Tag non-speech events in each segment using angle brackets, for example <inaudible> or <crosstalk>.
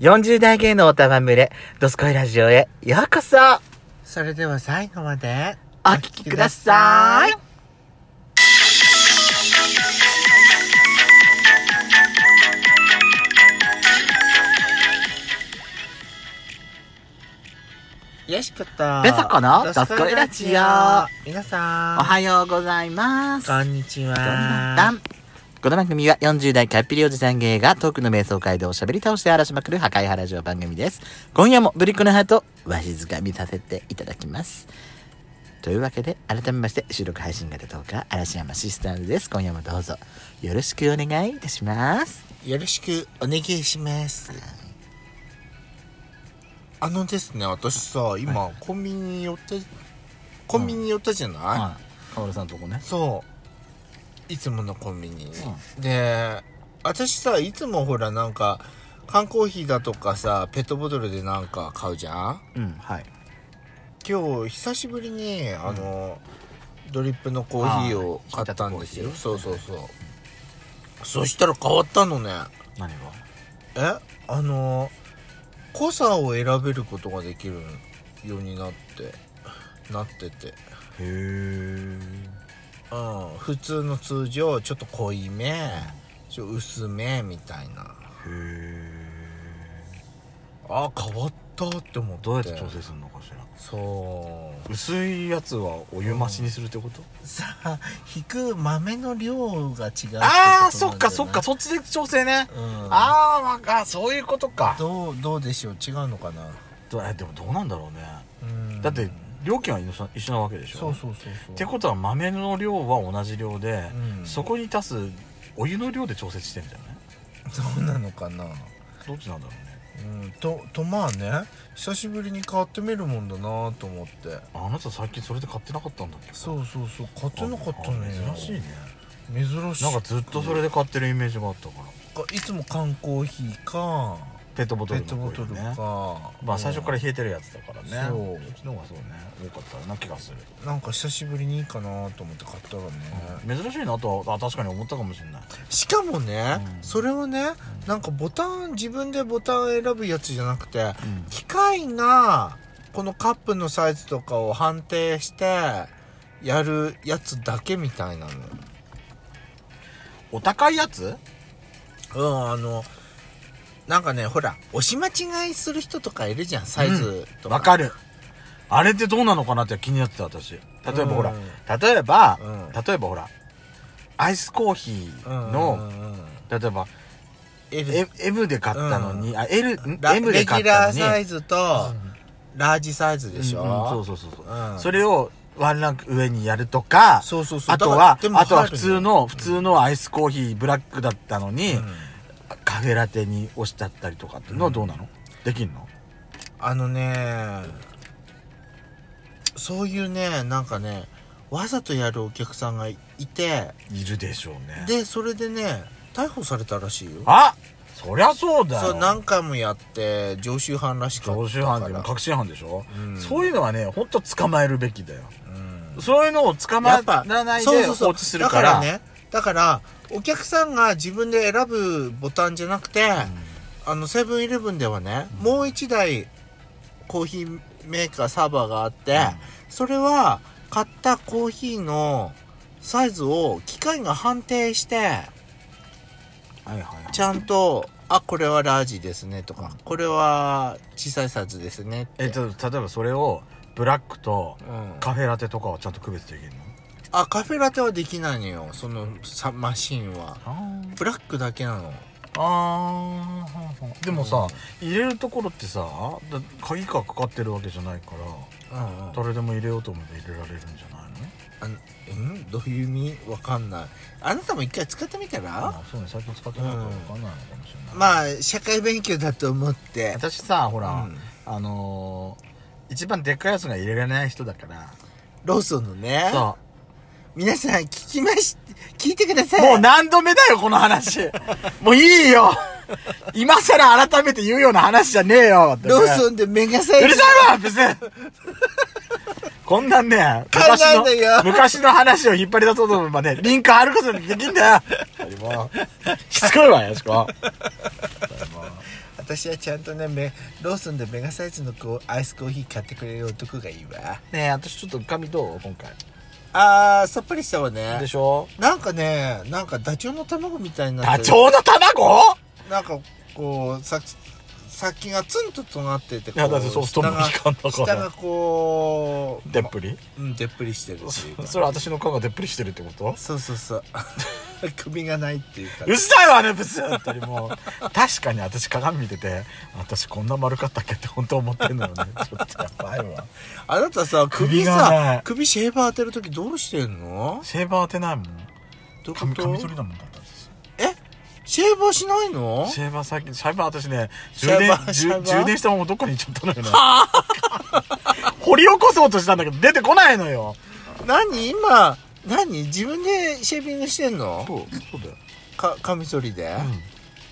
40代芸能おたま群れ、ドスコイラジオへようこそそれでは最後までお聞きくださいい。よしこと。ベソコのドスコイラジオ。皆さん。おはようございます。こんにちこんばんはは。この番組は40代カッピリおじさん芸がトークの瞑想街道をしゃべり倒して荒らしまくる破壊派ラジオ番組です。今夜もブリックのハートをわしづかみさせていただきます。というわけで改めまして収録配信型トーカー嵐山シスターズです。今夜もどうぞよろしくお願いいたします。。よろしくお願いします。あのですね、私さ、今、コンビニ寄って、コンビニ寄ったじゃないカオルさんとこねい。そう。いつものコンビニに。で、私さ、いつもほら、なんか、缶コーヒーだとかさ、ペットボトルでなんか買うじゃんうん、はい。今日久しぶりにあの、ドリップのコーヒーを買ったんですよあーそうそうそうそしたら変わったのね何がえあの濃さを選べることができるようになってなっててへー。うん普通の通常ちょっと濃いめちょっと薄めみたいなへー。あー変わったって思って整するのかしらそう薄いやつはお湯増しにするってこと、さあ引く豆の量が違うってことなんだよねああそっかそっかそっちで調整ね、うんあーまああそういうことかどうどうでしょう違うのかな、どえでもどうなんだろうね、うんだって料金は一緒一緒なわけでしょそうそうそうそうってことは豆の量は同じ量で、うんそこに足すお湯の量で調節してんじゃないそうなのかなどっちなんだろうねうんととまあね久しぶりに買ってみるもんだなと思ってあなた最近それで買ってなかったんだっけそうそうそう買ってなかったのよあ珍しいね珍しいなんかずっとそれで買ってるイメージがあったからいつも缶コーヒーかペットボトペルッのトボトルこういうのねかまあ最初からら冷えてるやつだからねそうっちの方がそうね多かったような気がする、なんか久しぶりにいいかなと思って買ったらね、珍しいなとはあ確かに思ったかもしれないしかもね、うんそれはねなんかボタン自分でボタンを選ぶやつじゃなくて、ん機械がこのカップのサイズとかを判定してやるやつだけみたいなのお高いやつうんあのなんかねほら押し間違いする人とかいるじゃんサイズとか、わかるあれってどうなのかなって気になってた私例えばほら、例えば、うん例えばほらアイスコーヒーの、うんうんうん例えば、 L M- M で買ったのに、あ L んラ M でレギ買っュたラのーにサイズとラージサイズでしょ、うんうんそうそうそうそう、うんそれをワンランク上にやるとかそうそうそうあとだはからでもあとは入る普ね通の普通のアイスコーヒーブラックだったのに、うんカフェラテに押しちゃったりとかっていうのはどうなの、できんのあのねそういうねなんかねわざとやるお客さんがいているでしょうねでそれでね逮捕されたらしいよあそりゃそうだよそう何回もやって常習犯らしかった常習犯でもか確信犯でしょ、うんそういうのはねほんと捕まえるべきだよら、うんそういうのを捕やまっぱらないそうでそう放そう置するかだらからねだからお客さんが自分で選ぶボタンじゃなくて、あのセブンイレブンではね、もう一台コーヒーメーカーサーバーがあって、それは買ったコーヒーのサイズを機械が判定してはいはいはいちゃんと「あこれはラージですね」とか「これは小さいサイズですね」って、えっと例えばそれをブラックとうんカフェラテとかはちゃんと区別できるのあカフェラテはできないのよそのさマシンはあーブラックだけなのあでもさ、入れるところってさだ鍵がかかってるわけじゃないからうんうん誰でも入れようと思えば入れられるんじゃないのあのんどういう意味わかんないあなたも一回使ってみたらまあそうね最近使ってないから分かんないのかもしれない、まあ社会勉強だと思って私さほら、うんあのー一番でっかいやつが入れられない人だからローソンのねそ皆さん聞きまし聞いてくださういもう何度目だよこの <laughs> 話もういいよ今さら改めて言うような話じゃねえよローンソンでメガサイズうるさいわ別にこんなんね買えないんだ昔よの昔の話を引っ張り出そうと思えばねリンクあることできんだよもうしつこいわよしこ私はちゃんとねめローソンでメガサイズのこうアイスコーヒー買ってくれる男がいいわねえ私ちょっと髪どう今回あーさっぱりしたわでねしょなんかねなんかダチョウの卵みたいになダってるチョウの卵なんかこうさ先がツンととなってていやだってそうスト下ップが期間だから下がこうでっぷりうんでっぷりしてるっていうかそれ私の顔がでっぷりしてるってことそうそうそう <laughs> 首がないっていうかうるさいわねブスってもう確かに私鏡見てて私こんな丸かったっけって本当思ってんのよね <laughs> ちょっとやばいわあなたさ首首がなさい首シェーバー当てる時どうしてんのシェーバー当てないもんどうい髪うこと髪剃りだもんだったんですえシェーバーしないのシェーバー最近シェーバー私ねシ充ェー電バーシ充ェーバー充電したままどっかに行っちゃったのよね <laughs> 掘り起こそうとしたんだけど出てこないのよ何今何自分でシェービングしてんのそうそうだよ、かカミソリで、うん、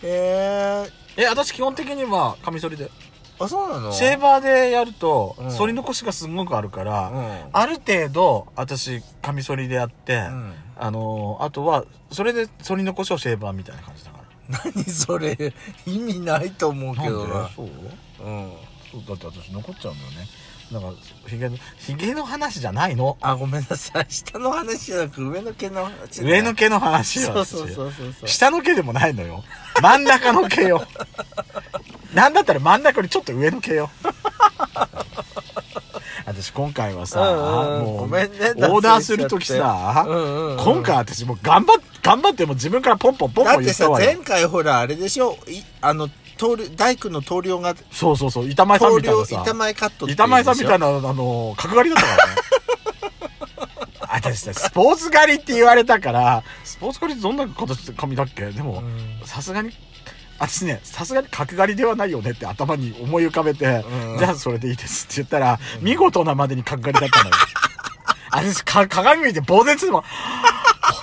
えー、え私基本的にはカミソリであそうなのシェーバーでやるとうん反り残しがすごくあるから、うんある程度私カミソリでやって、うんあのーあとはそれで反り残しをシェーバーみたいな感じだから何それ意味ないと思うけどなんなでそううんそうだって私残っちゃうんだよねなんかひげのひげの話じゃないのあごめんなさい下の話じゃなく上の毛の話ね上の毛の話そようそう私そうそうそう下の毛でもないのよ真ん中の毛よ <laughs> なんだったら真ん中よりちょっと上の毛 <laughs> よ私今回はさ、うんうんもうごめんねオーダーする時さ、うんうんうん今回私もう頑張っ頑張ってもう自分からポンポンポンだポってン言っさたわ前よ回ほらあれでしょいあの棟梁大工の棟梁がそうそうそう板前さん棟みたい梁なさ板前カットって板前さんみたいななあの角刈りだったからね <laughs> 私さスポーツ狩りって言われたからスポーツ狩りってどんな形で髪だっけでもさすがに私ねさすがに角刈りではないよねって頭に思い浮かべて、うんじゃあそれでいいですって言ったら、見事なまでに角刈りだったの <laughs> よ私か鏡見て呆然するもんこ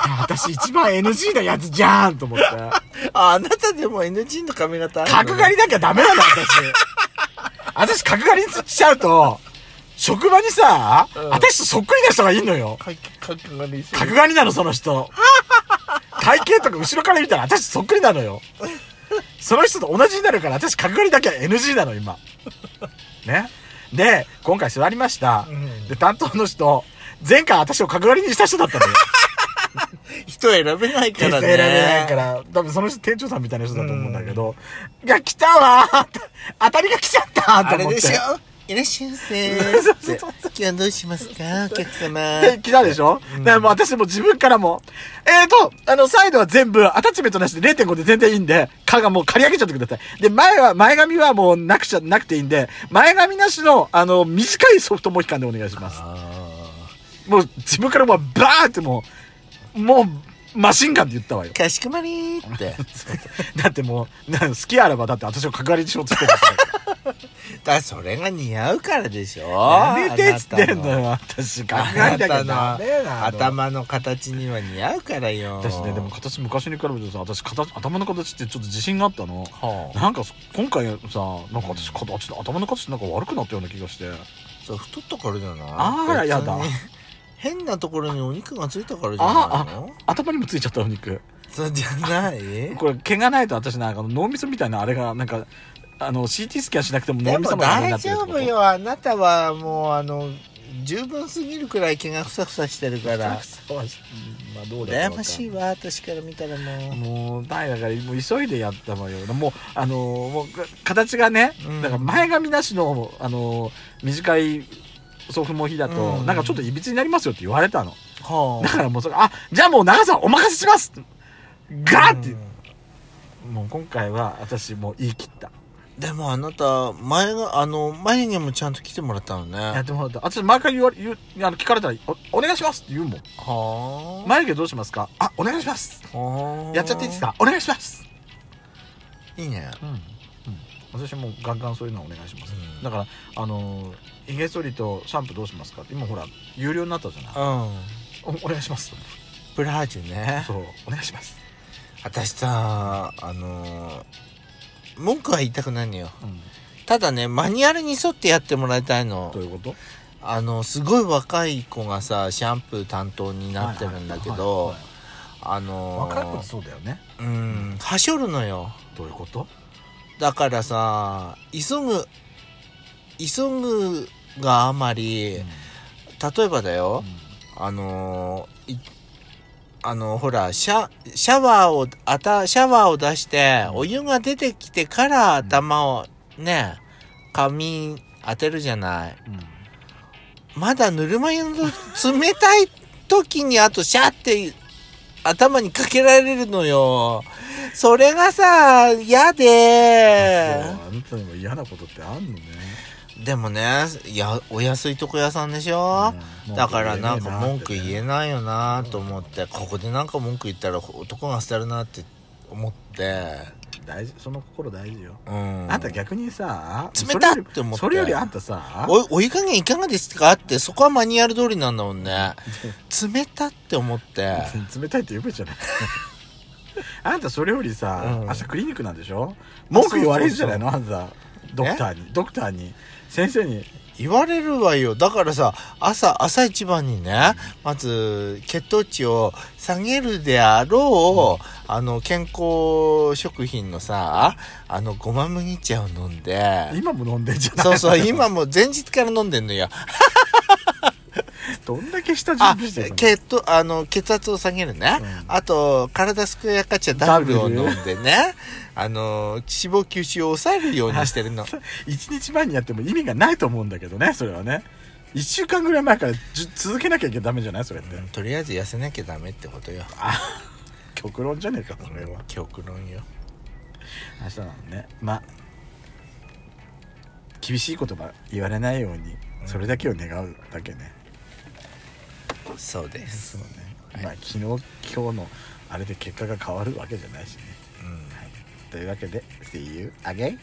れ私一番 NG なやつじゃんと思ってああなたでも NG の髪型あるの角刈りなきゃダメなの私私角刈りにしちゃうと職場にさ、うん私とそっくりな人がいんのよか角刈りする角刈りなのその人体型とか後ろから見たら私そっくりなのよその人と同じになるから私角刈りだけは NG なの今ねで今回座りました、うんで担当の人前回私を角刈りにした人だったのよ人選べないか手ら伝ねえられないから、多分その人店長さんみたいな人だと思うんだけど、が来たわー <laughs> って当たりが来ちゃったーあとれ思っでて。しょいらっしゃいま <laughs> せそうそうそう今日はどうしますかお客様で、来たでしょ、だからもう私も自分からも、えーと、あの、サイドは全部、アタッチメントなしで0.5で全然いいんで、蚊がもう刈り上げちゃってください。で、前は、前髪はもうなくちゃ、なくていいんで、前髪なしの、あの、短いソフトモヒカンでお願いします。あもう自分からもう、バーってもう、もう、マシンガンって言ったわよー。かしこまりーってだってもう、な好きあらば、だって私を角刈りにしようとしてたから。だそれが似合うからでしょやめてっつってんのあなたよ、私。考あなえたたけど。の頭の形には似合うからよ。私ね、でも形昔に比べてさ、私形、頭の形ってちょっと自信があったの。はあなんかそ今回さ、なんか私、形頭の形ってなんか悪くなったような気がして。そう太ったからじゃないあら別にやだ変なところにお肉がついたからじゃあないの頭にもついちゃったお肉。そうじゃないこれ、毛がないと私なんか脳みそみたいなあれが、なんか、あの、CT スキャンしなくてもで脳みそもみたいにな大ってる丈ってこと夫。よあなたはもうあの十分すぎるくらい毛がふさふさしてるからまあ、どうだ羨ましいわ私から見たらもうもうだだからもう急いでやったわよもうあのーもうか形がね、うんだから前髪なしのあのー短い祖父も日だと、うんなんかちょっといびつになりますよって言われたのはだからもうそれあじゃあもう長さんお任せしますガーって、もう今回は私もう言い切ったでもあなた前があの眉毛もちゃんと来てもらったのねやってもらった私毎回言われ言うあの聞かれたらおお願いしますって言うもんは眉毛どうしますかあお願いしますあはあやっちゃっていいですかお願いしますいいねうん、うん、私もガンガンそういうのはお願いします、うんだからあのー、ひげ剃りとシャンプーどうしますかって今ほら有料になったじゃないうんおお願いしますブラージュねそうお願いします、私さあのー文句は言いたくないのようん、ただねマニュアルに沿ってやってもらいたいのどういうことあのすごい若い子がさシャンプー担当になってるんだけどはいあはいはいはいの若い子ってーそうだよねうんはしょるのよどういうことだからさ急ぐ急ぐがあまり、うん例えばだよ、あのーいあのほらシャシャワーをあたシャワーを出してお湯が出てきてから頭をね髪当てるじゃないうんまだぬるま湯の冷たい時にあとシャって頭にかけられるのよそれがさ嫌であんたにも嫌なことってあんのねでもねいやお安いとこ屋さんでしょ、うんだからなんか文句言ええないよなと思ってここでなんか文句言ったら男が捨てるなって思って大事その心大事ようんあんた逆にさ冷たっそれよりて思ってそれよりあんたさおお湯加減いかがですかってそこはマニュアル通りなんだもん <laughs> ね冷たって思って冷たいって言うじ <laughs> ゃないあんたそれよりさうん明日クリニックなんでしょ文句言われるじゃないのあんたドえクターにドクターに先生に言われるわよだからさ朝朝一番にねまず血糖値を下げるであろう、あの健康食品のさあのごま麦茶を飲んで今も飲んでんじゃないそう <laughs> そう今もう前日から飲んでんのよどんだけ下準あ備してるの血糖あの血圧を下げるね、うんあと体すくやかちゃダブルをダブ飲ルんで <laughs> ねあの脂肪吸収を抑えるようにして <laughs> るの1日前にやっても意味がないと思うんだけどねそれはね1週間ぐらい前からじゅ続けなきゃいけないダメじゃないそれって、とりあえず痩せなきゃダメってことよ極論じゃねえかそれは極論よ明日なのねまあ厳しい言葉言われないようにそれだけを願うだけね、そうですそうね、まあ昨日今日のあれで結果が変わるわけじゃないしね、うんというわけで See you again